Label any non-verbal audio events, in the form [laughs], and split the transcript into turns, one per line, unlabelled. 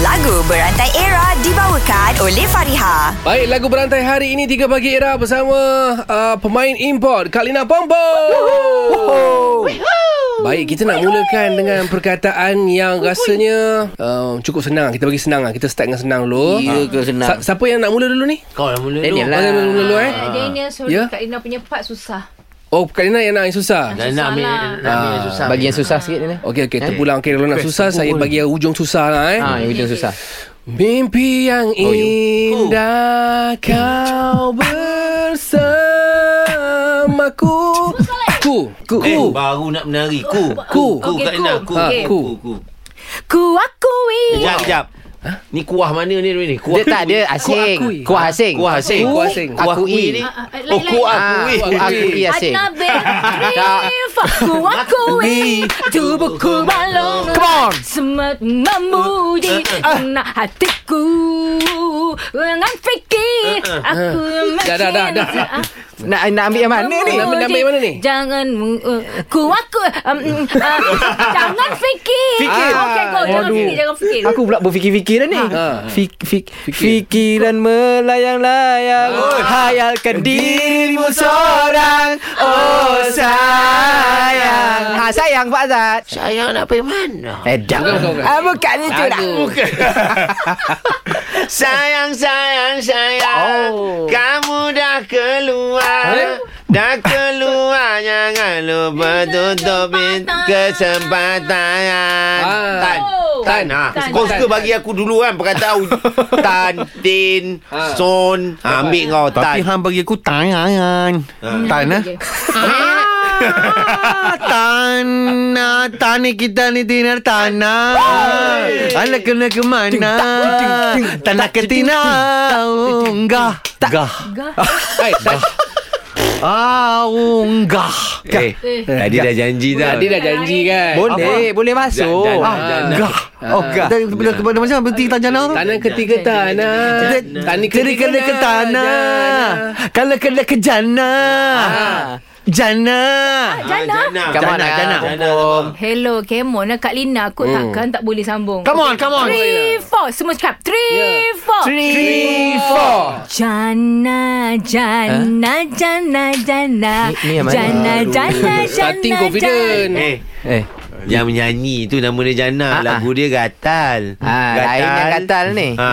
Lagu Berantai Era dibawakan oleh Fariha.
Baik, lagu berantai hari ini 3 pagi era bersama uh, pemain import Kalina Pompo. Baik, kita nak mulakan dengan perkataan yang rasanya uh, cukup senang. Kita bagi senang lah. Kita start dengan senang dulu. Ha.
Ya ke senang?
Sa- siapa yang nak mula dulu ni?
Kau yang mula
Daniel
Oh, yang mula
lah.
dulu, dulu eh.
Ah, Daniel sorry
Ya?
yeah? Kak Lina punya part susah.
Oh, Kalina yang nak yang lah. susah.
Dan nak ambil, nak
Susah
ambil
lah.
yang susah.
Ah, Bagi yang susah sikit ni lah.
Okey, okey. Terpulang. Okey, kalau nak susah, saya bagi yang ujung susah lah eh.
Ha, yang hujung susah.
Mimpi yang indah kau bersamaku. Ku, ku,
Ku. Eh,
ku.
baru nak menari. Ku.
Ku.
Ku
Okey,
Kak Lina. Ku.
ku. Okey.
Ku. Ku.
Ku akui.
Kejap, kejap. Ni kuah mana ni ni? Kuah
Dia tak,
[laughs]
dia
akui.
asing. Kuah asing.
Kuah asing.
Kuah asing.
Kuah kui ni.
Ah, ah, ah,
Oh,
lain,
kuah
lain.
Ah,
kui.
Kuah akui asing.
Adnabe Rif Aku akui Tubuhku malu
Come on.
Semat memuji Kena hatiku Dengan fikir Aku makin
Dah, dah, dah, dah.
Nak nak ambil yang mana ni?
Nak ambil- nak ambil mana ni?
Jangan mu- uh, Ku aku um, mm, ah, Jangan fikir
Fikir.
Ah, Okay go Jangan
Aduh.
fikir Jangan fikir
Aku pula berfikir-fikir dah ni.
Ha.
Fik, fik, fikiran melayang-layang. Hayalkan dirimu seorang. Oh sayang. Ha sayang Pak Zat.
Saya nak pergi mana?
Eh dah.
Bukan, bukan, bukan.
Ah, bukan itu dah.
Lagu.
[laughs] Sayang, sayang, sayang
Oh.
Kamu dah keluar
Eh?
Dah keluar Jangan lupa tutup pin- kesempatan
Ah.
Tan
Oh.
Tan, ha.
Tan.
Kau suka
Tan.
bagi aku dulu kan Perkataan uj- Tan Tin
Ah.
Son ha, Ambil kau
Tapi
Tan
hang bagi aku tangan. Tan eh.
Okay.
[laughs] Ah, tan ah, tan ni kita ni dinar tanah. Ala kena ke mana? Tanah ke tinang. Gah. Gah.
Hai, dah.
Ah, unggah. Eh,
Eh Tadi dah janji dah
Tadi dah janji kan
Boleh, boleh masuk.
Jan- jan-
Ah,
jan-
Ah, gah. Oh, gah. Bila kepada macam berarti tanjana tu.
Tanah ketiga tanah Tanah
Kena kena ke tanah. Kalau kena ke jana. Ah. Jana.
Ah,
Jana.
lah,
Come on,
Jana,
ah.
Jana.
Hello, come on lah Kak Lina. Aku hmm. takkan tak boleh sambung.
Come on, come on.
Three, four. Semua cakap. Three,
Yeah.
yeah. four.
Three, four.
Jana, Jana, Jana, Jana.
Ni- ni yang mana?
Jana, Jana, Jana.
Starting confident
Eh
Eh.
Yang menyanyi tu nama dia Jana
Ah, ah.
Lagu dia Gatal
Ah, lainnya gatal ni.
ha.